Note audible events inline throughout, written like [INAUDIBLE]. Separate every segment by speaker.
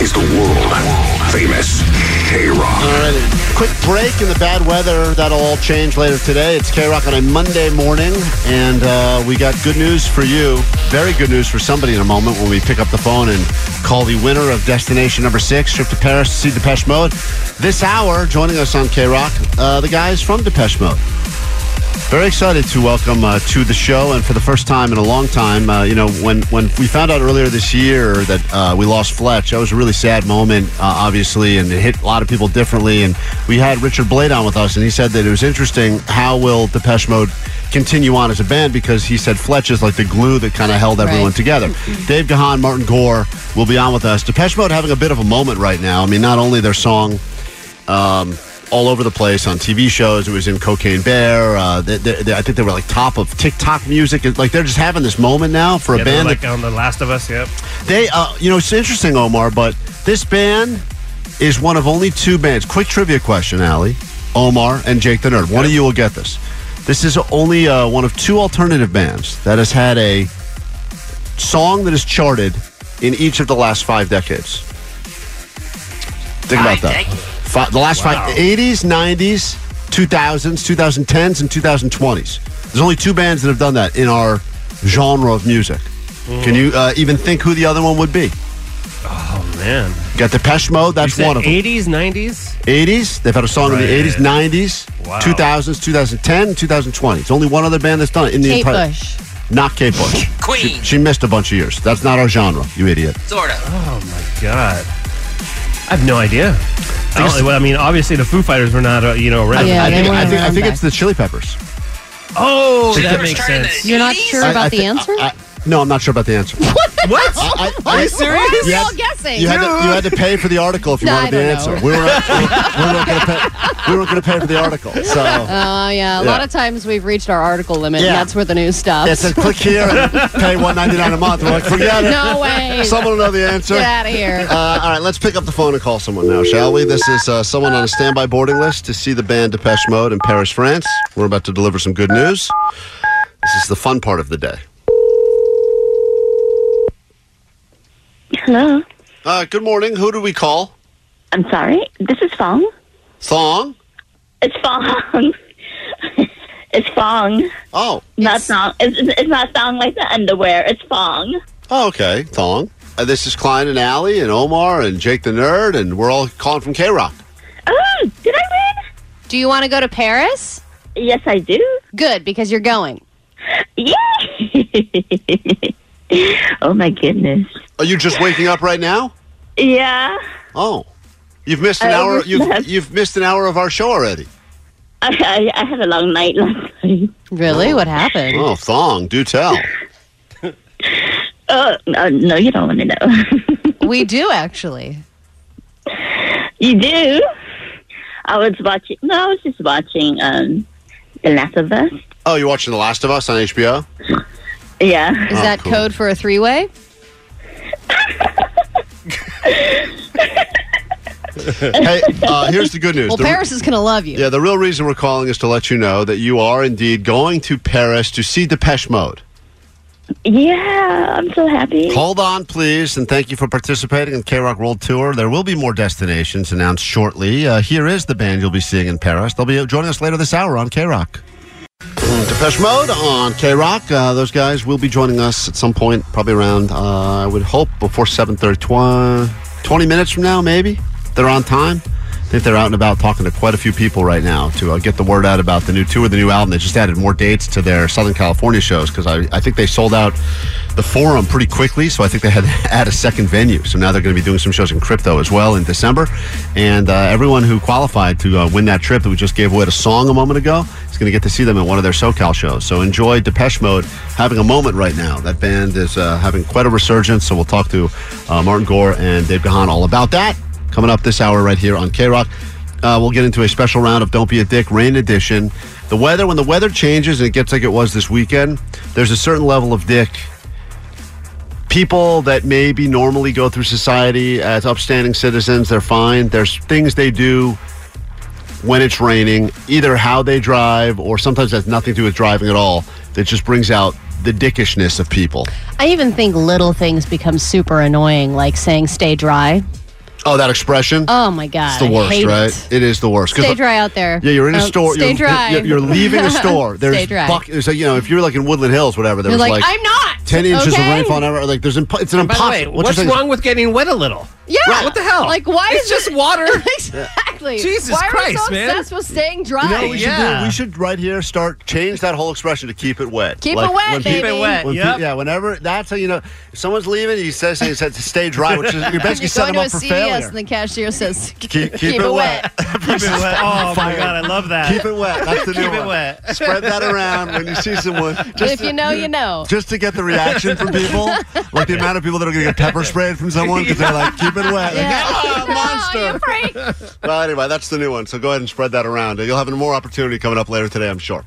Speaker 1: is the world famous K Rock.
Speaker 2: Alrighty. Quick break in the bad weather. That'll all change later today. It's K Rock on a Monday morning, and uh, we got good news for you. Very good news for somebody in a moment when we pick up the phone and call the winner of destination number six, trip to Paris to see Depeche Mode. This hour, joining us on K Rock, uh, the guys from Depeche Mode. Very excited to welcome uh, to the show, and for the first time in a long time, uh, you know, when, when we found out earlier this year that uh, we lost Fletch, that was a really sad moment, uh, obviously, and it hit a lot of people differently. And we had Richard Blade on with us, and he said that it was interesting how will Depeche Mode continue on as a band because he said Fletch is like the glue that kind of held everyone
Speaker 3: Right.
Speaker 2: together. Dave Gahan, Martin Gore will be on with us. Depeche Mode having a bit of a moment right now. I mean, not only their song all over the place on TV shows. It was in Cocaine Bear. Uh, they, they, they- I think they were like top of TikTok music. It's Like they're just having this moment now for a
Speaker 4: Yeah, they're
Speaker 2: band.
Speaker 4: like
Speaker 2: that,
Speaker 4: on The Last of Us, yep.
Speaker 2: they, uh, you know, it's interesting, Omar, but this band is one of only two bands. Quick trivia question, Allie, Omar, and Jake the Nerd. One of you will get this. This is only uh, one of two alternative bands that has had a song that is charted in each of the last five decades. Think about
Speaker 5: Five
Speaker 2: that.
Speaker 5: decades?
Speaker 2: Fi the last
Speaker 4: Wow.
Speaker 2: five 80s, 90s, 2000s, 2010s, and 2020s. There's only two bands that have done that in our genre of music. Can you uh, even think who the other one would be?
Speaker 4: Oh, Man.
Speaker 2: You got Depeche Mode, that's one of them.
Speaker 4: 80s, 90s?
Speaker 2: 80s, they've had a song in
Speaker 4: Right.
Speaker 2: the 80s, 90s,
Speaker 4: Wow.
Speaker 2: 2000s, 2010, 2020. It's only one other band that's done it in the
Speaker 3: Kate
Speaker 2: entire.
Speaker 3: Bush.
Speaker 2: Not Kate Bush.
Speaker 5: Queen,
Speaker 2: She missed a bunch of years. That's not our genre, you idiot.
Speaker 5: sort of.
Speaker 4: Oh my God. I have no idea. I, don't- well, I mean, obviously the Foo Fighters were not, uh, you know, around.
Speaker 3: Yeah,
Speaker 2: I
Speaker 3: they
Speaker 2: think,
Speaker 3: weren't
Speaker 2: I think, I
Speaker 3: around
Speaker 2: think
Speaker 3: back
Speaker 2: it's the Chili Peppers.
Speaker 4: Oh,
Speaker 5: They
Speaker 4: that
Speaker 5: were
Speaker 4: makes
Speaker 5: trying to-
Speaker 4: sense.
Speaker 3: You're not
Speaker 5: Jeez.
Speaker 3: sure
Speaker 2: I-
Speaker 3: about
Speaker 2: I
Speaker 3: the
Speaker 2: thi-
Speaker 3: answer?
Speaker 2: I- I- no, I'm not sure about the answer.
Speaker 4: [LAUGHS]
Speaker 3: [LAUGHS]
Speaker 2: I,
Speaker 4: What?
Speaker 2: I,
Speaker 4: Are
Speaker 2: I-
Speaker 4: you serious?
Speaker 3: Why are we
Speaker 2: You
Speaker 3: all
Speaker 2: had-
Speaker 3: guessing?
Speaker 2: You had, to, you had to pay for the article if you
Speaker 3: No,
Speaker 2: wanted
Speaker 3: I
Speaker 2: the
Speaker 3: don't
Speaker 2: answer.
Speaker 3: know.
Speaker 2: We
Speaker 3: [LAUGHS]
Speaker 2: were, we weren't going to pay. We weren't going to pay for the article. So
Speaker 3: Oh, yeah. A lot of times we've reached our article limit,
Speaker 2: Yeah.
Speaker 3: and that's where the news stops.
Speaker 2: it said, click here and pay one ninety nine a month. We're like, forget it.
Speaker 3: no
Speaker 2: [LAUGHS]
Speaker 3: way.
Speaker 2: Someone will know the answer.
Speaker 3: Get out of here.
Speaker 2: Uh, all right, let's pick up the phone and call someone now, shall we? This is uh, someone on a standby boarding list to see the band Depeche Mode in Paris, France. We're about to deliver some good news. This is the fun part of the day.
Speaker 6: Hello.
Speaker 2: Uh, good morning. Who do we call?
Speaker 6: I'm sorry. This is Fong.
Speaker 2: Thong.
Speaker 6: It's Fong. [LAUGHS] it's Fong.
Speaker 2: Oh,
Speaker 6: Not Song. It's, it's it's not Song like the underwear. It's Fong.
Speaker 2: Oh, okay, Thong. Uh, this is Klein and Allie and Omar and Jake the Nerd, and we're all calling from K Rock.
Speaker 6: Oh, did I
Speaker 3: Do you want to go to Paris?
Speaker 6: win? Yes, I do.
Speaker 3: Good, because you're going.
Speaker 6: Yay! [LAUGHS] oh my goodness.
Speaker 2: Are you just waking up right now?
Speaker 6: Yeah.
Speaker 2: Oh, you've missed an
Speaker 6: I
Speaker 2: hour. You've
Speaker 6: overslept.
Speaker 2: you've missed an hour of our show already.
Speaker 6: I, I, I had a long night last night.
Speaker 3: Really? What happened?
Speaker 2: Oh, Thong, do tell.
Speaker 6: Oh no, no you don't want to know. [LAUGHS]
Speaker 3: We do, actually.
Speaker 6: you do. I was watching. No, I was just watching um, The Last of Us.
Speaker 2: Oh, you're watching The Last of Us on HBO.
Speaker 6: Yeah.
Speaker 3: Is
Speaker 2: Oh,
Speaker 3: that
Speaker 2: cool.
Speaker 3: code for a three way?
Speaker 2: Hey, uh, here's the good news.
Speaker 3: Well,
Speaker 2: The-
Speaker 3: Paris is going to love you.
Speaker 2: yeah, the real reason we're calling is to let you know that you are indeed going to Paris to see Depeche Mode.
Speaker 6: Yeah, I'm so happy.
Speaker 2: Hold on, please, and thank you for participating in K Rock World Tour. There will be more destinations announced shortly. Uh, here is the band you'll be seeing in Paris. They'll be joining us later this hour on K Rock. Depeche Mode on K Rock. Uh, those guys will be joining us at some point, probably around, uh, I would hope, before 7.30, tw- 20 minutes from now, maybe. They're on time. I think they're out and about talking to quite a few people right now to uh, get the word out about the new tour, the new album. They just added more dates to their Southern California shows because I, I think they sold out the forum pretty quickly, so I think they had [LAUGHS] to add a second venue. So now they're going to be doing some shows in crypto as well in December. And uh, everyone who qualified to uh, win that trip that we just gave away a song a moment ago is going to get to see them at one of their SoCal shows. So enjoy Depeche Mode having a moment right now. That band is uh, having quite a resurgence. So we'll talk to uh, Martin Gore and Dave Gahan all about that coming up this hour right here on K Rock. Uh, we'll get into a special round of Don't Be a Dick Rain Edition. The weather, when the weather changes and it gets like it was this weekend, there's a certain level of dick people that maybe normally go through society as upstanding citizens, they're fine. There's things they do when it's raining, either how they drive or sometimes that's nothing to do with driving at all, that just brings out the dickishness of people.
Speaker 3: I even think little things become super annoying, like saying stay dry.
Speaker 2: Oh, that expression?
Speaker 3: Oh my god.
Speaker 2: it's
Speaker 3: I
Speaker 2: the worst,
Speaker 3: hate
Speaker 2: right?
Speaker 3: It.
Speaker 2: it is the worst. 'Cause,
Speaker 3: Stay dry out there.
Speaker 2: Yeah, you're in a
Speaker 3: Oh,
Speaker 2: store.
Speaker 3: Stay
Speaker 2: you're,
Speaker 3: dry.
Speaker 2: You're, you're leaving
Speaker 3: [LAUGHS]
Speaker 2: a store. There's
Speaker 3: Stay dry.
Speaker 2: buck- so, you know, if you're like in Woodland Hills, whatever, there's
Speaker 3: You're like,
Speaker 2: like,
Speaker 3: I'm not.
Speaker 2: ten inches
Speaker 3: okay?
Speaker 2: of rainfall. an hour. Like there's impo- it's an
Speaker 4: By
Speaker 2: impossible.
Speaker 4: the way,
Speaker 2: what's
Speaker 4: what's
Speaker 2: your thing?
Speaker 4: wrong with getting wet a little?
Speaker 3: Yeah.
Speaker 4: What the hell?
Speaker 3: Like, why
Speaker 4: It's
Speaker 3: is
Speaker 4: just
Speaker 3: it-
Speaker 4: water.
Speaker 3: [LAUGHS] exactly.
Speaker 4: Jesus
Speaker 3: why
Speaker 4: Christ,
Speaker 3: are we so
Speaker 4: man.
Speaker 3: obsessed with staying dry?
Speaker 2: You know what we should
Speaker 4: Yeah.
Speaker 2: do? We should right here start change that whole expression to keep it wet.
Speaker 3: Keep
Speaker 2: Like,
Speaker 3: it wet,
Speaker 2: when
Speaker 3: baby.
Speaker 4: Keep it wet.
Speaker 2: When
Speaker 4: Yep.
Speaker 2: pe- yeah, whenever that's how you know if someone's leaving. He says he says to stay dry, which is you're basically
Speaker 3: You go into
Speaker 2: setting them
Speaker 3: a
Speaker 2: up for
Speaker 3: CVS
Speaker 2: failure.
Speaker 3: and the cashier says,
Speaker 2: [LAUGHS] keep, keep, it, wet.
Speaker 4: Keep it [LAUGHS] wet. Oh my god, I love that.
Speaker 2: [LAUGHS] keep it wet. That's the new
Speaker 4: Keep it
Speaker 2: one.
Speaker 4: wet. [LAUGHS]
Speaker 2: Spread that around when you see someone.
Speaker 3: But
Speaker 2: Just
Speaker 3: if you know,
Speaker 2: [LAUGHS]
Speaker 3: you know.
Speaker 2: just to get the reaction from people, like the amount of people that are going to get pepper sprayed from someone because they're like, keep it wet.
Speaker 3: Yeah. [LAUGHS]
Speaker 2: [LAUGHS] Like, "Ah,
Speaker 3: Oh,
Speaker 2: monster.
Speaker 3: you freak.
Speaker 2: [LAUGHS] Well, anyway, that's the new one. So go ahead and spread that around. You'll have more opportunity coming up later today, I'm sure.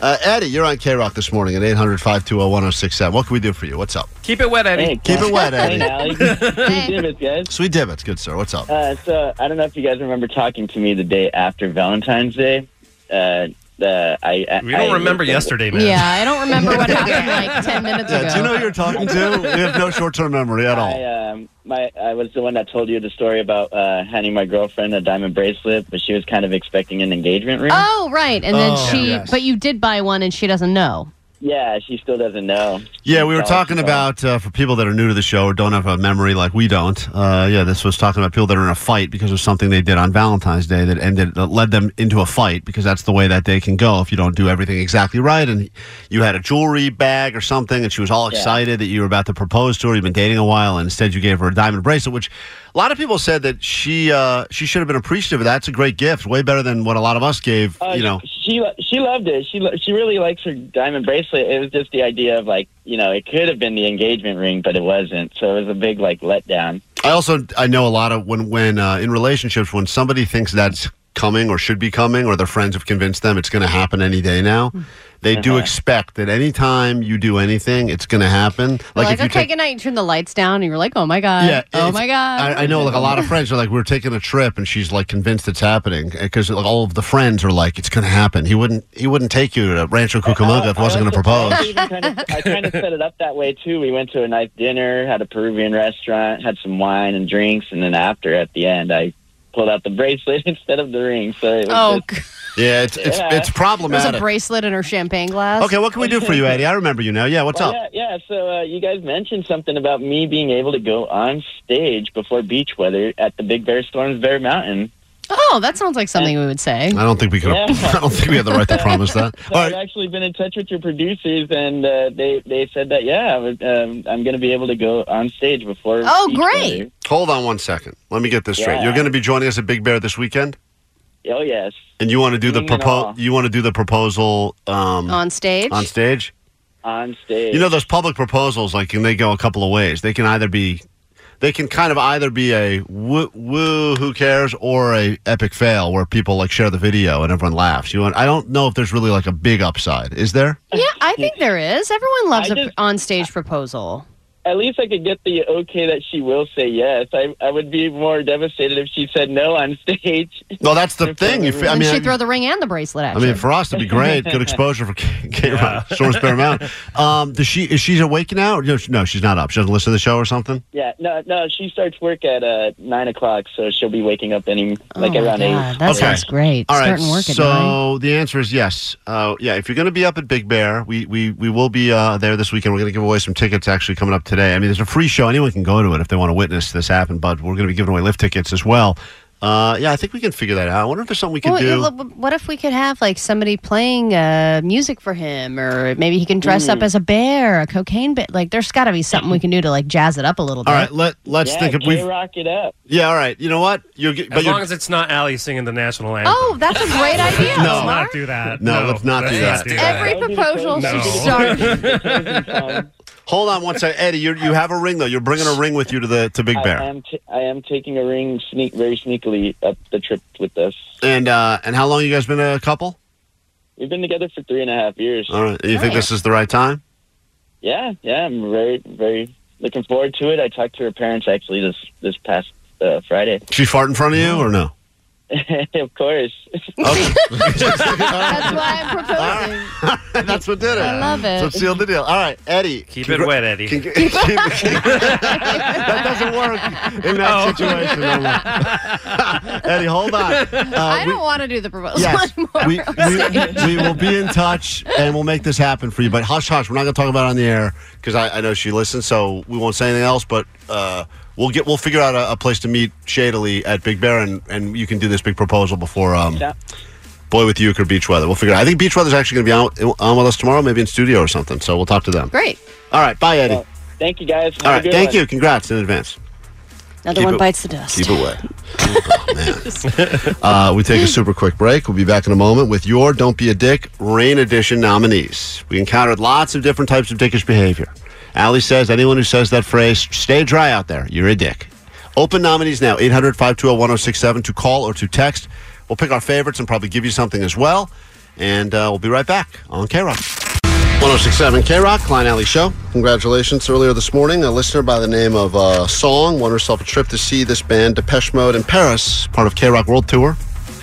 Speaker 2: Uh, Eddie, you're on K Rock this morning at 800 520 1067. What can we do for you? What's up?
Speaker 4: Keep it wet, Eddie.
Speaker 2: Keep it wet,
Speaker 5: Hey,
Speaker 2: Eddie.
Speaker 5: Allie. Hey,
Speaker 3: Hey.
Speaker 5: Divots, guys.
Speaker 2: Sweet divots, good sir. What's up?
Speaker 5: Uh, so I don't know if you guys remember talking to me the day after Valentine's Day. Uh, uh, I, I
Speaker 4: We don't
Speaker 5: I-
Speaker 4: remember yesterday, man.
Speaker 3: Yeah, I don't remember what happened like 10 minutes ago.
Speaker 2: Yeah, do you know who you're talking to?
Speaker 5: [LAUGHS]
Speaker 2: We have no short term memory at
Speaker 5: I,
Speaker 2: all.
Speaker 5: um, my, I was the one that told you the story about uh, handing my girlfriend a diamond bracelet, but she was kind of expecting an engagement ring.
Speaker 3: Oh, right. And then
Speaker 4: Oh,
Speaker 3: she,
Speaker 4: yes.
Speaker 3: but you did buy one and she doesn't know.
Speaker 5: Yeah, she still doesn't know.
Speaker 2: Yeah, we were
Speaker 5: Oh,
Speaker 2: talking
Speaker 5: sorry.
Speaker 2: about uh, for people that are new to the show or don't have a memory like we don't. Uh, yeah, this was talking about people that are in a fight because of something they did on Valentine's Day that ended that led them into a fight because that's the way that day can go if you don't do everything exactly right. And you had a jewelry bag or something, and she was all excited that you were about to propose to her. You've been dating a while, and instead you gave her a diamond bracelet, which a lot of people said that she uh, she should have been appreciative of. that. It's a great gift, way better than what a lot of us gave.
Speaker 5: Uh,
Speaker 2: you know,
Speaker 5: she she loved it. She lo- she really likes her diamond bracelet. It was just the idea of like you know it could have been the engagement ring, but it wasn't. So it was a big like letdown.
Speaker 2: I also I know a lot of when when uh, in relationships when somebody thinks that's coming or should be coming or their friends have convinced them it's going to happen any day now.
Speaker 3: Hmm.
Speaker 2: They do
Speaker 3: Uh-huh.
Speaker 2: expect that anytime you do anything, it's going to happen.
Speaker 3: Like,
Speaker 2: if you
Speaker 3: okay,
Speaker 2: take
Speaker 3: good night. You turn the lights down and you're like, oh my God.
Speaker 2: yeah,
Speaker 3: oh
Speaker 2: it's-
Speaker 3: my God.
Speaker 2: I, I know, like a lot of friends are like, we're taking a trip, and she's like convinced it's happening because like, all of the friends are like, it's going to happen. He wouldn't, he wouldn't take you
Speaker 3: [LAUGHS]
Speaker 2: to
Speaker 3: Oh,
Speaker 2: Rancho Cucamonga if he wasn't going to propose.
Speaker 5: Oh, I even kind of, I kind of set it up that way too. We went to a nice dinner, had a Peruvian restaurant, had some wine and drinks, and then after at the end, I pulled out the bracelet [LAUGHS] instead of the ring. So it was
Speaker 3: oh,
Speaker 5: just-
Speaker 3: God.
Speaker 2: Yeah, it's it's,
Speaker 5: Yeah.
Speaker 3: [LAUGHS]
Speaker 2: it's
Speaker 3: there's a
Speaker 2: problematic.
Speaker 3: bracelet in her champagne glass.
Speaker 2: Okay, what can we do for you, Eddie? I remember you now. Yeah, what's
Speaker 5: Well,
Speaker 2: up?
Speaker 5: yeah, yeah. So uh, you guys mentioned something about me being able to go on stage before beach weather at the Big Bear Storms Bear Mountain.
Speaker 3: Oh, that sounds like something we would say.
Speaker 2: I don't think we could.
Speaker 5: Yeah.
Speaker 2: [LAUGHS] I don't think we have the right to promise
Speaker 5: [LAUGHS]
Speaker 2: that.
Speaker 5: So
Speaker 2: All
Speaker 5: I've
Speaker 2: right,
Speaker 5: actually been in touch with your producers, and uh, they they said that yeah, I would, um, I'm going to be able to go on stage before.
Speaker 3: Oh,
Speaker 5: beach
Speaker 3: great.
Speaker 5: weather.
Speaker 2: Hold on one second. Let me get this straight.
Speaker 5: Yeah.
Speaker 2: You're going to be joining us at Big Bear this weekend,
Speaker 5: Oh yes.
Speaker 2: and you want to do the
Speaker 5: Singing and
Speaker 2: propo-
Speaker 5: all.
Speaker 2: You want to do the proposal um,
Speaker 3: On stage?
Speaker 2: on stage.
Speaker 5: on stage.
Speaker 2: You know those public proposals, like, and they go a couple of ways. They can either be, they can kind of either be a woo, woo who cares, or a epic fail where people like share the video and everyone laughs. You want? I don't know if there's really like a big upside. Is there?
Speaker 3: Yeah,
Speaker 5: [LAUGHS]
Speaker 3: I think there is. Everyone loves
Speaker 5: I
Speaker 3: a
Speaker 5: just-
Speaker 3: on stage proposal.
Speaker 5: At least I could get the okay that she will say yes. I I would be more devastated if she said no on [LAUGHS] stage.
Speaker 2: No, that's the thing. You, fe- I
Speaker 3: and
Speaker 2: mean,
Speaker 3: she
Speaker 2: I-
Speaker 3: throw the ring and the bracelet at
Speaker 2: I
Speaker 3: you.
Speaker 2: mean, for us, it'd be great. Good exposure for K Rock, Source Bear Mountain. Um, does she is she awake now? No, she- No, she's not up. She doesn't listen to the show or something.
Speaker 5: Yeah, no, no. She starts work at uh, nine o'clock, so she'll be waking up any like
Speaker 3: oh my
Speaker 5: around
Speaker 3: God,
Speaker 5: eight.
Speaker 3: That
Speaker 2: Okay.
Speaker 3: sounds great.
Speaker 2: All right.
Speaker 3: Starting work at nine.
Speaker 2: so the answer is yes. Uh, yeah, if you're going to be up at Big Bear, we we, we will be uh, there this weekend. We're going to give away some tickets actually coming up today. I mean, there's a free show. Anyone can go to it if they want to witness this happen. But we're going to be giving away lift tickets as well. Uh, yeah, I think we can figure that out. I wonder if there's something we can
Speaker 3: Well,
Speaker 2: do.
Speaker 3: you- look, what if we could have like somebody playing uh, music for him, or maybe he can dress
Speaker 5: Mm.
Speaker 3: up as a bear, a cocaine bear? Like, there's got to be something we can do to like jazz it up a little bit.
Speaker 2: all right, let let's
Speaker 5: yeah,
Speaker 2: think if we.
Speaker 5: rock
Speaker 2: [LAUGHS]
Speaker 5: it up.
Speaker 2: Yeah, all right. You know what? You're, g- but
Speaker 4: As
Speaker 2: you're,
Speaker 4: long as it's not Ali singing the national anthem.
Speaker 3: Oh, that's a great idea.
Speaker 2: [LAUGHS]
Speaker 4: let's
Speaker 2: No.
Speaker 4: not
Speaker 3: Mark.
Speaker 4: do that.
Speaker 2: No, let's not do that.
Speaker 3: Every
Speaker 5: That would be the
Speaker 3: proposal should
Speaker 5: craziest
Speaker 2: [LAUGHS]
Speaker 4: No.
Speaker 3: start.
Speaker 5: Um,
Speaker 2: Hold on one second, Eddie. You you have a ring though. You're bringing a ring with you to the to Big
Speaker 5: I
Speaker 2: Bear.
Speaker 5: am t- I am taking a ring sneak very sneakily up the trip with us.
Speaker 2: And uh, and how long you guys been a couple?
Speaker 5: We've been together for three and a half years.
Speaker 2: All right. You think
Speaker 3: Nice.
Speaker 2: this is the right time?
Speaker 5: Yeah, yeah. I'm very very looking forward to it. I talked to her parents actually this this past uh, Friday. [LAUGHS]
Speaker 2: She fart in front of you or no?
Speaker 5: of course.
Speaker 3: That's why I'm proposing.
Speaker 2: [LAUGHS] That's what did it.
Speaker 3: I love it.
Speaker 2: So it sealed the deal. All right, [LAUGHS] Eddie.
Speaker 7: Keep
Speaker 2: congra-
Speaker 7: it wet, Eddie.
Speaker 2: Con- keep- keep- that doesn't work in that situation. no [LAUGHS] more. Eddie, hold on. Uh,
Speaker 3: I
Speaker 2: we-
Speaker 3: don't want to do the proposal
Speaker 2: Yes,
Speaker 3: [LAUGHS] anymore.
Speaker 2: we, we, we will be in touch and we'll make this happen for you. But hush, hush, we're not going to talk about it on the air because I, I know she listens, so we won't say anything else. But uh, we'll get we'll figure out a, a place to meet shadily at Big Bear, and, and you can do this big proposal before um,
Speaker 5: Yeah.
Speaker 2: Boy with You or Beach Weather. We'll figure. it out. I think Beach Weather's actually going to be on, on with us tomorrow, maybe in studio or something. So we'll talk to
Speaker 3: [LAUGHS]
Speaker 2: them.
Speaker 3: Great.
Speaker 2: All right, bye, Eddie.
Speaker 5: Well, thank you guys. Have a
Speaker 2: All right,
Speaker 5: good
Speaker 2: thank
Speaker 5: one.
Speaker 2: you. Congrats in advance.
Speaker 3: Another
Speaker 2: Keep
Speaker 3: one
Speaker 2: it-
Speaker 3: bites the dust.
Speaker 2: Keep it wet. [LAUGHS] Uh, we take a super quick break. We'll be back in a moment with your Don't Be a Dick Rain Edition nominees. We encountered lots of different types of dickish behavior. Allie says anyone who says that phrase, stay dry out there, you're a dick. Open nominees now, 800 520 1067 to call or to text. We'll pick our favorites and probably give you something as well. And uh, we'll be right back on K Rock. 1067 K Rock, Klein Alley Show. Congratulations. Earlier this morning, a listener by the name of uh, Song won herself a trip to see this band, Depeche Mode, in Paris, part of K Rock World Tour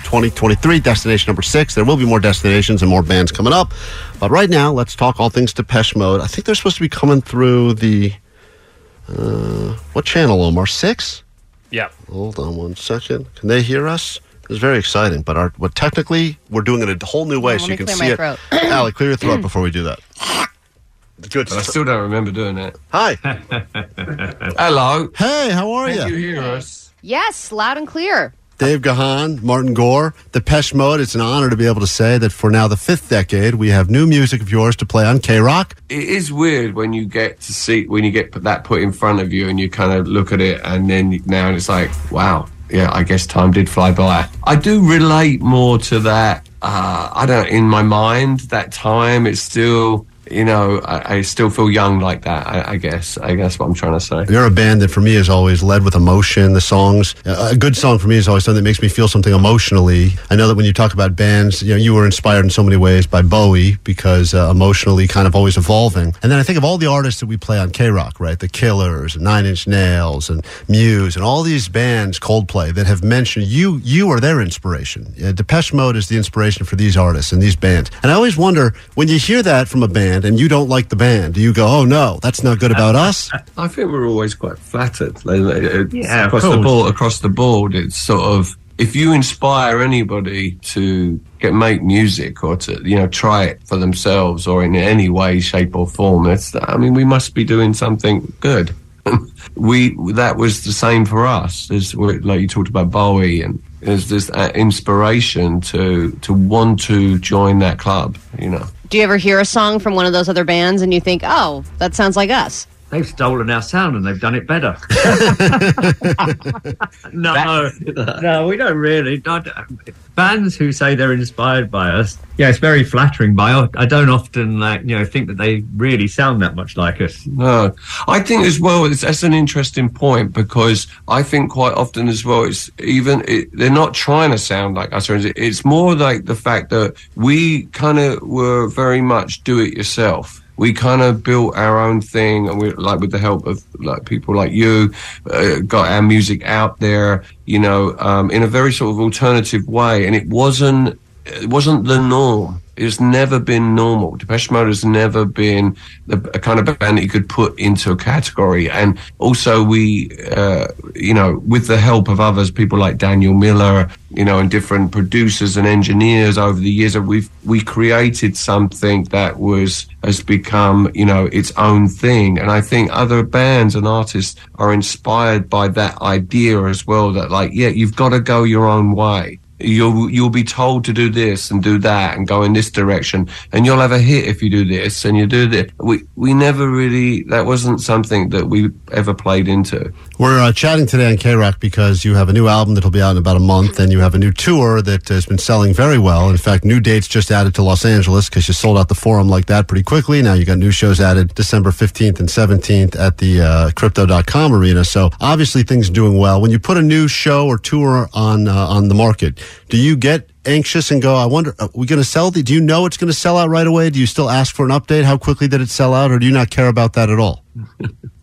Speaker 2: 2023, destination number six. There will be more destinations and more bands coming up. But right now, let's talk all things Depeche Mode. I think they're supposed to be coming through the. Uh, what channel, Omar? Six?
Speaker 7: Yeah.
Speaker 2: Hold on one second. Can they hear us? It's very exciting, but our what technically we're doing it a whole new
Speaker 3: Hold on,
Speaker 2: way, so
Speaker 3: let
Speaker 2: you
Speaker 3: me
Speaker 2: can
Speaker 3: clear
Speaker 2: see
Speaker 3: my
Speaker 2: it.
Speaker 3: throat.
Speaker 2: [COUGHS] Allie, clear your throat before we do that. Good.
Speaker 8: But I still don't remember doing that.
Speaker 2: Hi.
Speaker 8: Hello.
Speaker 2: Hey, how are
Speaker 8: Can you
Speaker 2: you?
Speaker 8: hear us?
Speaker 3: Yes, loud and clear.
Speaker 2: Dave Gahan, Martin Gore, Depeche Mode. It's an honor to be able to say that for now the fifth decade, we have new music of yours to play on K Rock.
Speaker 8: It is weird when you get to see when you get put- that put in front of you and you kind of look at it and then you- now it's like, wow, yeah, I guess time did fly by. I do relate more to that. Uh, I don't in my mind that time. It's still. You know, I, I still feel young like that. I, I guess. I guess what I'm trying to say.
Speaker 2: You're a band that for me is always led with emotion. The songs, a good song for me is always something that makes me feel something emotionally. I know that when you talk about bands, you know, you were inspired in so many ways by Bowie because uh, emotionally kind of always evolving. And then I think of all the artists that we play on K Rock, right? The Killers, and Nine Inch Nails, and Muse, and all these bands, Coldplay, that have mentioned you, you are their inspiration. Yeah, Depeche Mode is the inspiration for these artists and these bands. And I always wonder when you hear that from a band and you don't like the band, do you go, oh no, that's not good about us?
Speaker 8: I think we're always quite flattered. Like, like, it's
Speaker 4: Yeah, of
Speaker 8: across the
Speaker 4: course.
Speaker 8: board, across the board, it's sort of if you inspire anybody to get make music or to you know try it for themselves or in any way, shape or form, it's I mean we must be doing something good. [LAUGHS] we that was the same for us. Is like you talked about Bowie and. There's this uh, inspiration to to want to join that club, you know.
Speaker 3: Do you ever hear a song from one of those other bands and you think, oh, that sounds like us?
Speaker 9: They've stolen our sound and they've done it better. no, no, we don't really. I don't- Fans who say they're inspired by us, yeah, it's very flattering. But I, I don't often, like, you know, think that they really sound that much like us.
Speaker 8: No, I think as well. It's, that's an interesting point because I think quite often as well. It's even it, they're not trying to sound like us. or is it- It's more like the fact that we kind of were very much do it yourself. We kind of built our own thing, and we like with the help of like people like you, uh, got our music out there. You know, um, in a very sort of alternative way, and it wasn't it wasn't the norm. It's never been normal. Depeche Mode has never been the a kind of band that you could put into a category. And also, we, uh, you know, with the help of others, people like Daniel Miller, you know, and different producers and engineers over the years, we've we created something that was has become, you know, its own thing. And I think other bands and artists are inspired by that idea as well. That like, yeah, you've got to go your own way you'll you'll be told to do this and do that and go in this direction and you'll have a hit if you do this and you do this we we never really that wasn't something that we ever played into
Speaker 2: We're uh, chatting today on K Rock because you have a new album that'll be out in about a month, and you have a new tour that has been selling very well. In fact, new dates just added to Los Angeles because you sold out the forum like that pretty quickly. Now you got new shows added December 15th and 17th at the uh, crypto.com arena. So obviously things are doing well. When you put a new show or tour on uh, on the market, do you get anxious and go, I wonder, are we going to sell the? Do you know it's going to sell out right away? Do you still ask for an update? How quickly did it sell out, or do you not care about that at all?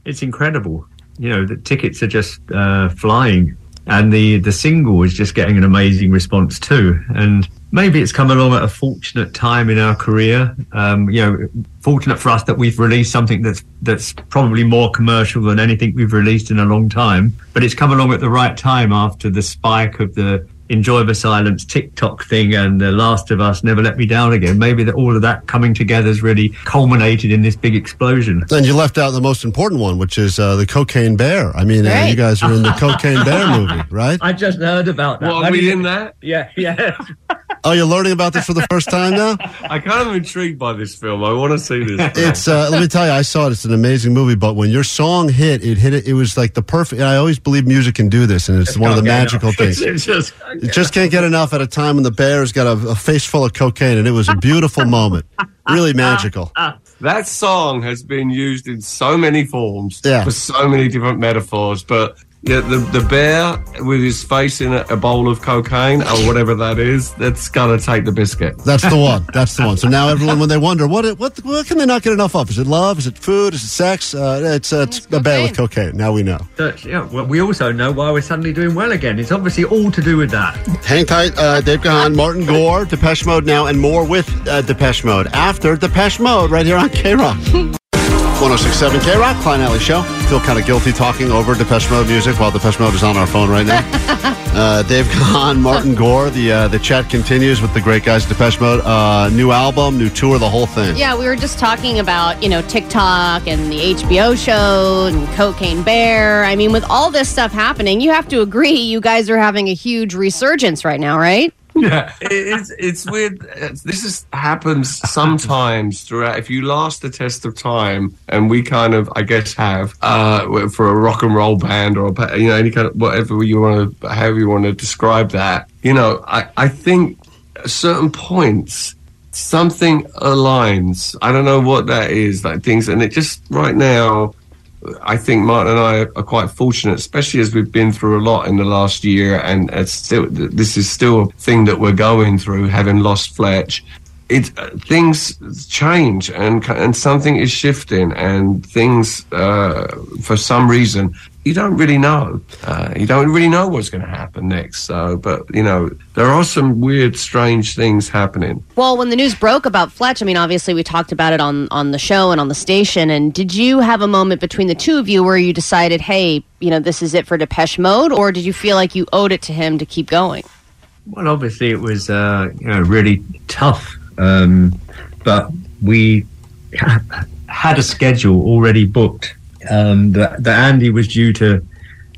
Speaker 9: It's incredible. You know, the tickets are just uh, flying. and the the single is just getting an amazing response too. And maybe it's come along at a fortunate time in our career. Um, you know, fortunate for us that we've released something that's that's probably more commercial than anything we've released in a long time. But it's come along at the right time after the spike of the Enjoy the Silence TikTok thing and The Last of Us Never Let Me Down Again. Maybe that all of that coming together has really culminated in this big explosion.
Speaker 2: And you left out the most important one, which is uh, the Cocaine Bear. I mean, uh,
Speaker 9: Right.
Speaker 2: you guys are
Speaker 9: [LAUGHS]
Speaker 2: in the Cocaine Bear movie, right?
Speaker 9: I just heard about that.
Speaker 8: What, are we in that?
Speaker 9: Yeah, yeah.
Speaker 2: Oh, you're learning about this for the first time now?
Speaker 8: I kind of intrigued by this film. I want to see this.
Speaker 2: [LAUGHS]
Speaker 8: Film.
Speaker 2: It's uh, let me tell you, I saw it. It's an amazing movie. But when your song hit, it hit it. It was like the perfect. I always believe music can do this, and it's one of the magical things.
Speaker 9: [LAUGHS] It's just-
Speaker 2: You just can't get enough at a time when the bear's got a, a face full of cocaine, and it was a beautiful moment. Really magical.
Speaker 8: That song has been used in so many forms
Speaker 2: Yeah.
Speaker 8: for so many different metaphors, but yeah, the the bear with his face in a, a bowl of cocaine or whatever that is, that's gonna take the biscuit.
Speaker 2: That's the one. That's the one. So now everyone, when they wonder what it, what what can they not get enough of? Is it love? Is it food? Is it sex? Uh, it's uh, it's a bear with cocaine. Now we know.
Speaker 9: But, yeah, well, we also know why we're suddenly doing well again. It's obviously all to do with that.
Speaker 2: Hang tight, uh, Dave Gahan, Martin Gore, Depeche Mode now, and more with uh, Depeche Mode after Depeche Mode right here on oh K Rock. 1067 K Rock, Klein Alley Show. Feel kind of guilty talking over Depeche Mode music while Depeche Mode is on our phone right now. uh, Dave Gahan, Martin Gore. The uh, the chat continues with the great guys at Depeche Mode. Uh, new album, new tour, the whole thing.
Speaker 3: Yeah, we were just talking about, you know, TikTok and the HBO show and Cocaine Bear. I mean, with all this stuff happening, you have to agree you guys are having a huge resurgence right now, right?
Speaker 8: yeah, it, it's it's weird. It's- This is happens sometimes throughout. If you last the test of time, and we kind of, I guess, have uh, for a rock and roll band or a, ba- you know any kind of whatever you want to, however you want to describe that. You know, I I think at certain points something aligns. I don't know what that is, like things, and it just right now. I think Martin and I are quite fortunate, especially as we've been through a lot in the last year, and it's still this is still a thing that we're going through, having lost Fletch. It uh, things change, and c- and something is shifting, and things uh, for some reason you don't really know. Uh, you don't really know what's going to happen next. So, but you know there are some weird, strange things happening.
Speaker 3: Well, when the news broke about Fletch, I mean, obviously we talked about it on on the show and on the station. And did you have a moment between the two of you where you decided, hey, you know, this is it for Depeche Mode, or did you feel like you owed it to him to keep going?
Speaker 9: Well, obviously it was uh, you know really tough, um, but we had a schedule already booked um, that, that Andy was due to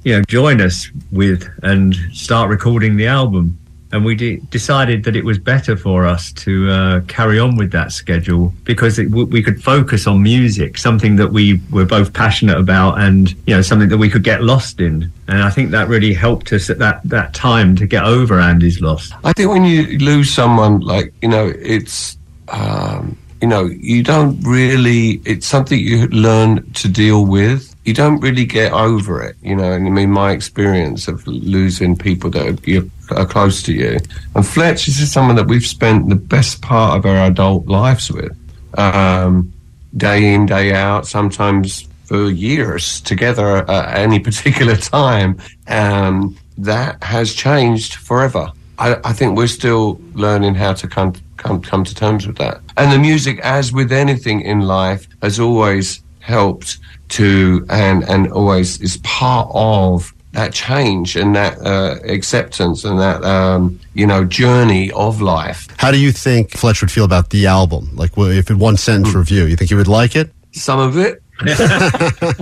Speaker 9: you know join us with and start recording the album, and we de- decided that it was better for us to uh, carry on with that schedule because it, w- we could focus on music, something that we were both passionate about, and you know something that we could get lost in, and I think that really helped us at that that time to get over Andy's loss. [LAUGHS]
Speaker 8: I think when you lose someone, like you know, it's um, you know, you don't really. It's something you learn to deal with. You don't really get over it, you know. And I mean, my experience of losing people that are, you are close to you, and Fletch this is someone that we've spent the best part of our adult lives with, um, day in, day out. Sometimes for years together at any [LAUGHS] particular time. Um, that has changed forever. I, I think we're still learning how to come, come come to terms with that. And the music, as with anything in life, has always helped to and and always is part of that change and that uh, acceptance and that um, you know journey of life.
Speaker 2: How do you think Fletch would feel about the album? Like, wh- if in one sentence review, you think he would like it?
Speaker 8: some of it. [LAUGHS]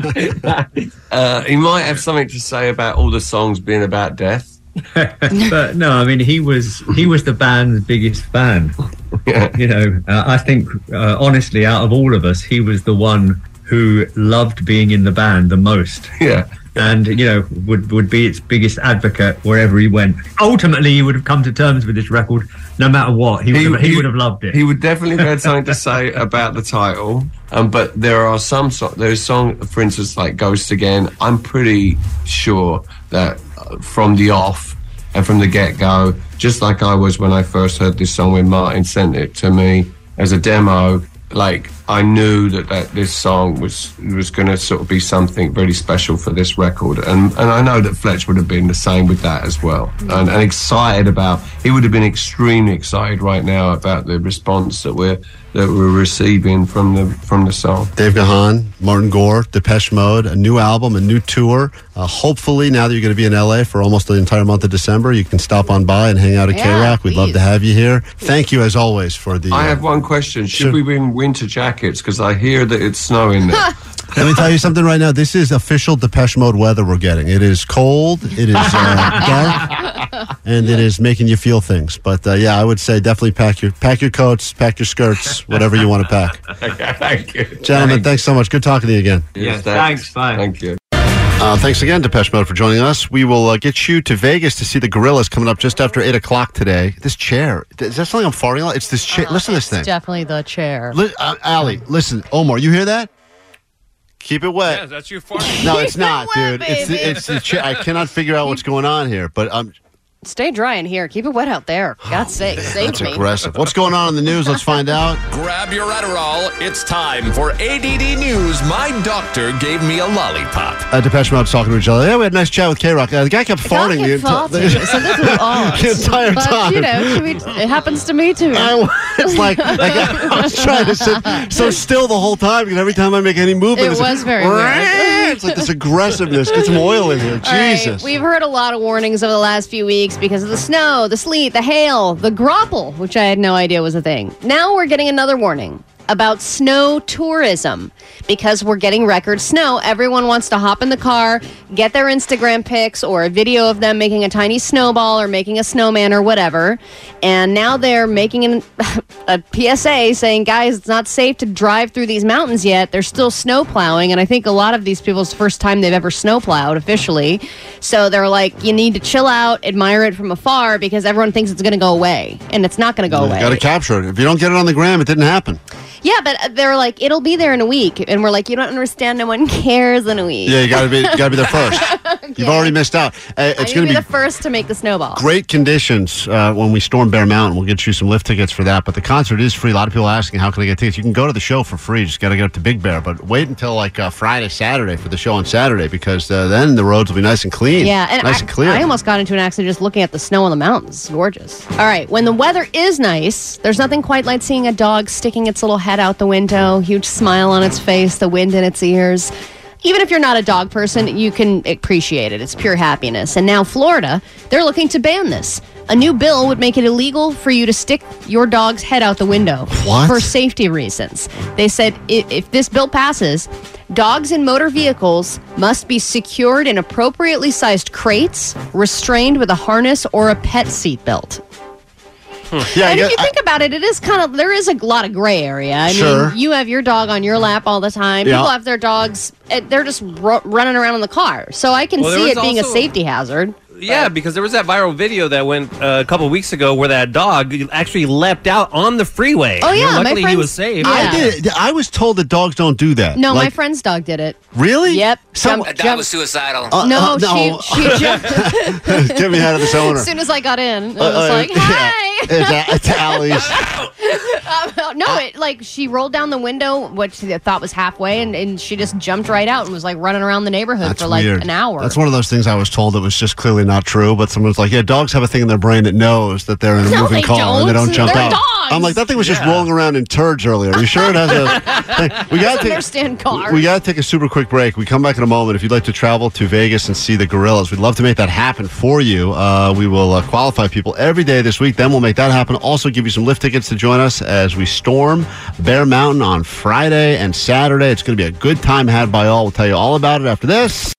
Speaker 8: uh, he might have something to say about all the songs being about death. [LAUGHS]
Speaker 9: but no, I mean he was he was the band's biggest fan. You know, uh, I think uh, honestly, out of all of us, he was the one who loved being in the band the most.
Speaker 8: Yeah.
Speaker 9: And you know, would would be its biggest advocate wherever he went. Ultimately, he would have come to terms with this record, no matter what. He would have, he, would have loved it.
Speaker 8: He would definitely have had something to say about the title. Um, but there are some so- there's song, for instance, like Ghost Again. I'm pretty sure that uh, from the off and from the get go, just like I was when I first heard this song when Martin sent it to me as a demo, like I knew that, that this song was was going to sort of be something really special for this record, and and I know that Fletch would have been the same with that as well, and, and excited about. He would have been extremely excited right now about the response that we're that we're receiving from the from the song.
Speaker 2: Dave Gahan, Martin Gore, Depeche Mode, a new album, a new tour. Uh, hopefully, now that you're going to be in LA for almost the entire month of December, you can stop on by and hang out at
Speaker 3: Yeah,
Speaker 2: K Rock. We'd love to
Speaker 3: please.
Speaker 2: have you here. Thank you, as always, for the.
Speaker 8: I
Speaker 2: uh,
Speaker 8: have one question: Should
Speaker 2: Sure.
Speaker 8: we bring winter jackets? Because I hear that it's snowing there.
Speaker 2: Let me tell you something right now. This is official Depeche Mode weather we're getting. It is cold, it is uh,
Speaker 3: [LAUGHS]
Speaker 2: dark, and it is making you feel things. But uh, yeah, I would say definitely pack your pack your coats, pack your skirts, whatever you want to pack.
Speaker 8: Thank you,
Speaker 2: Gentlemen, thanks so much. Good talking to you again.
Speaker 8: Yes,
Speaker 9: thanks, bye.
Speaker 8: Thank you.
Speaker 2: Uh, thanks again, Depeche Mode, for joining us. We will uh, get you to Vegas to see the Gorillas coming up just after eight o'clock today. This chair is that something I'm farting on? It's this
Speaker 3: Oh,
Speaker 2: chair. listen to this thing,
Speaker 7: Definitely the chair.
Speaker 2: Li- uh, Ali. Listen, Omar, you hear that? Keep it wet.
Speaker 10: Yeah, that's you farting.
Speaker 2: No, it's not,
Speaker 3: Keep it wet,
Speaker 2: dude. It's the,
Speaker 3: baby.
Speaker 2: it's the cha- I cannot figure out what's going on here, but um,
Speaker 3: Stay dry in here. Keep it wet out
Speaker 2: [SIGHS]
Speaker 3: there. God's sake, save
Speaker 2: it's
Speaker 3: me.
Speaker 2: aggressive. What's going on in the news? Let's find out.
Speaker 10: Grab your Adderall. It's time for ADD News. My doctor gave me a lollipop.
Speaker 2: Uh, Depeche Mode talking to each other. Yeah, we had a nice chat with K Rock. Uh, the guy kept
Speaker 3: God
Speaker 2: farting.
Speaker 3: kept
Speaker 2: the [LAUGHS]
Speaker 3: farting.
Speaker 2: enti-
Speaker 3: so this is odd.
Speaker 2: The entire
Speaker 3: but,
Speaker 2: time.
Speaker 3: you know, should we- it happens to me too.
Speaker 2: I [LAUGHS] was like, like, I was trying to sit so still the whole time, and every time I make any movement,
Speaker 7: It
Speaker 2: it's like,
Speaker 7: was very weird.
Speaker 2: It's like this aggressiveness. Get some oil in here,
Speaker 7: [LAUGHS] All right,
Speaker 2: Jesus.
Speaker 7: We've heard a lot of warnings over the last few weeks because of the snow, the sleet, the hail, the grapple, which I had no idea was a thing. Now we're getting another warning about snow tourism because we're getting record snow. Everyone wants to hop in the car, get their Instagram pics or a video of them making a tiny snowball or making a snowman or whatever. And now they're making an, [LAUGHS] a PSA saying, guys, it's not safe to drive through these mountains yet. They're still snow plowing. And I think a lot of these people's first time they've ever snow plowed officially. So they're like, you need to chill out, admire it from afar because everyone thinks it's going to go away. And it's not going to go
Speaker 2: you
Speaker 7: away.
Speaker 2: got to capture it. If you don't get it on the gram, it didn't happen.
Speaker 7: yeah, but uh, they're like, it'll be there in a week. And we're like, you don't understand. No one [LAUGHS] cares in a week.
Speaker 2: Yeah, you got to be, got to be there
Speaker 7: [LAUGHS]
Speaker 2: first. You've already missed out. Uh,
Speaker 7: I
Speaker 2: it's
Speaker 7: need
Speaker 2: going
Speaker 7: to
Speaker 2: to
Speaker 7: be the first to make the snowball.
Speaker 2: great conditions uh, when we storm Bear Mountain. We'll get you some lift tickets for that. But the concert is free. A lot of people are asking how can I get tickets. You can go to the show for free. Just got to get up to Big Bear. But wait until like uh, Friday, Saturday for the show on Saturday because uh, then the roads will be nice and clean.
Speaker 7: Yeah, and
Speaker 2: nice
Speaker 7: I,
Speaker 2: and clear.
Speaker 7: I almost got into an accident just looking at the snow on the mountains. It's gorgeous. All right, when the weather is nice, there's nothing quite like seeing a dog sticking its little head out the window, huge smile on its face, the wind in its ears. Even if you're not a dog person, you can appreciate it. It's pure happiness. And now, Florida, they're looking to ban this. A new bill would make it illegal for you to stick your dog's head out the window
Speaker 2: What?
Speaker 7: for safety reasons. They said i- if this bill passes, dogs in motor vehicles must be secured in appropriately sized crates, restrained with a harness or a pet seat belt.
Speaker 2: yeah, I
Speaker 7: and if you
Speaker 2: guess- I-
Speaker 7: think about it, it is kind of there is a lot of gray area. I
Speaker 2: Sure.
Speaker 7: mean, you have your dog on your lap all the time.
Speaker 2: Yeah.
Speaker 7: People have their dogs; eh, they're just ru- running around in the car. So I can
Speaker 10: Well, there
Speaker 7: see
Speaker 10: was
Speaker 7: it being a
Speaker 10: also-
Speaker 7: safety hazard.
Speaker 4: Yeah, because there was that viral video that went uh, a couple weeks ago where that dog actually leapt out on the freeway.
Speaker 7: Oh,
Speaker 4: You know,
Speaker 7: yeah, my
Speaker 4: luckily he
Speaker 7: friend's-
Speaker 4: was safe.
Speaker 7: Yeah.
Speaker 2: I did. I was told that dogs don't do that.
Speaker 7: No, my
Speaker 2: Like,
Speaker 7: friend's dog did it.
Speaker 2: Really?
Speaker 7: Yep.
Speaker 2: Some,
Speaker 7: Jump-
Speaker 10: That
Speaker 7: jump-
Speaker 10: was suicidal.
Speaker 2: uh,
Speaker 7: no,
Speaker 2: uh,
Speaker 7: [LAUGHS]
Speaker 2: no. [LAUGHS]
Speaker 7: she she jumped
Speaker 2: get me out of this owner.
Speaker 7: as soon as I got in. I was
Speaker 2: Uh, uh,
Speaker 7: like,
Speaker 2: yeah.
Speaker 7: "Hi."
Speaker 2: [LAUGHS] It's, uh, it's
Speaker 7: [LAUGHS]
Speaker 2: Allie's.
Speaker 7: Uh, no, it like she rolled down the window, what she thought was halfway, and, and she just jumped right out and was like running around the neighborhood
Speaker 2: That's
Speaker 7: for like
Speaker 2: weird.
Speaker 7: an hour.
Speaker 2: That's one of those things I was told that was just clearly not true. But someone's like, "Yeah, dogs have a thing in their brain that knows that they're in a
Speaker 7: No,
Speaker 2: moving
Speaker 7: they
Speaker 2: car and they
Speaker 7: don't.
Speaker 2: don't jump
Speaker 7: They're
Speaker 2: out."
Speaker 7: dogs.
Speaker 2: I'm like, that thing was just rolling around in turds earlier. Are you sure it has a? thing? We gotta take.
Speaker 7: understand cars.
Speaker 2: We gotta take a super quick break. We come back in a moment. If you'd like to travel to Vegas and see the gorillas, we'd love to make that happen for you. Uh, we will uh, qualify people every day this week. Then we'll make that happen. Also, give you some lift tickets to join us as we storm Bear Mountain on Friday and Saturday. It's going to be a good time had by all. We'll tell you all about it after this.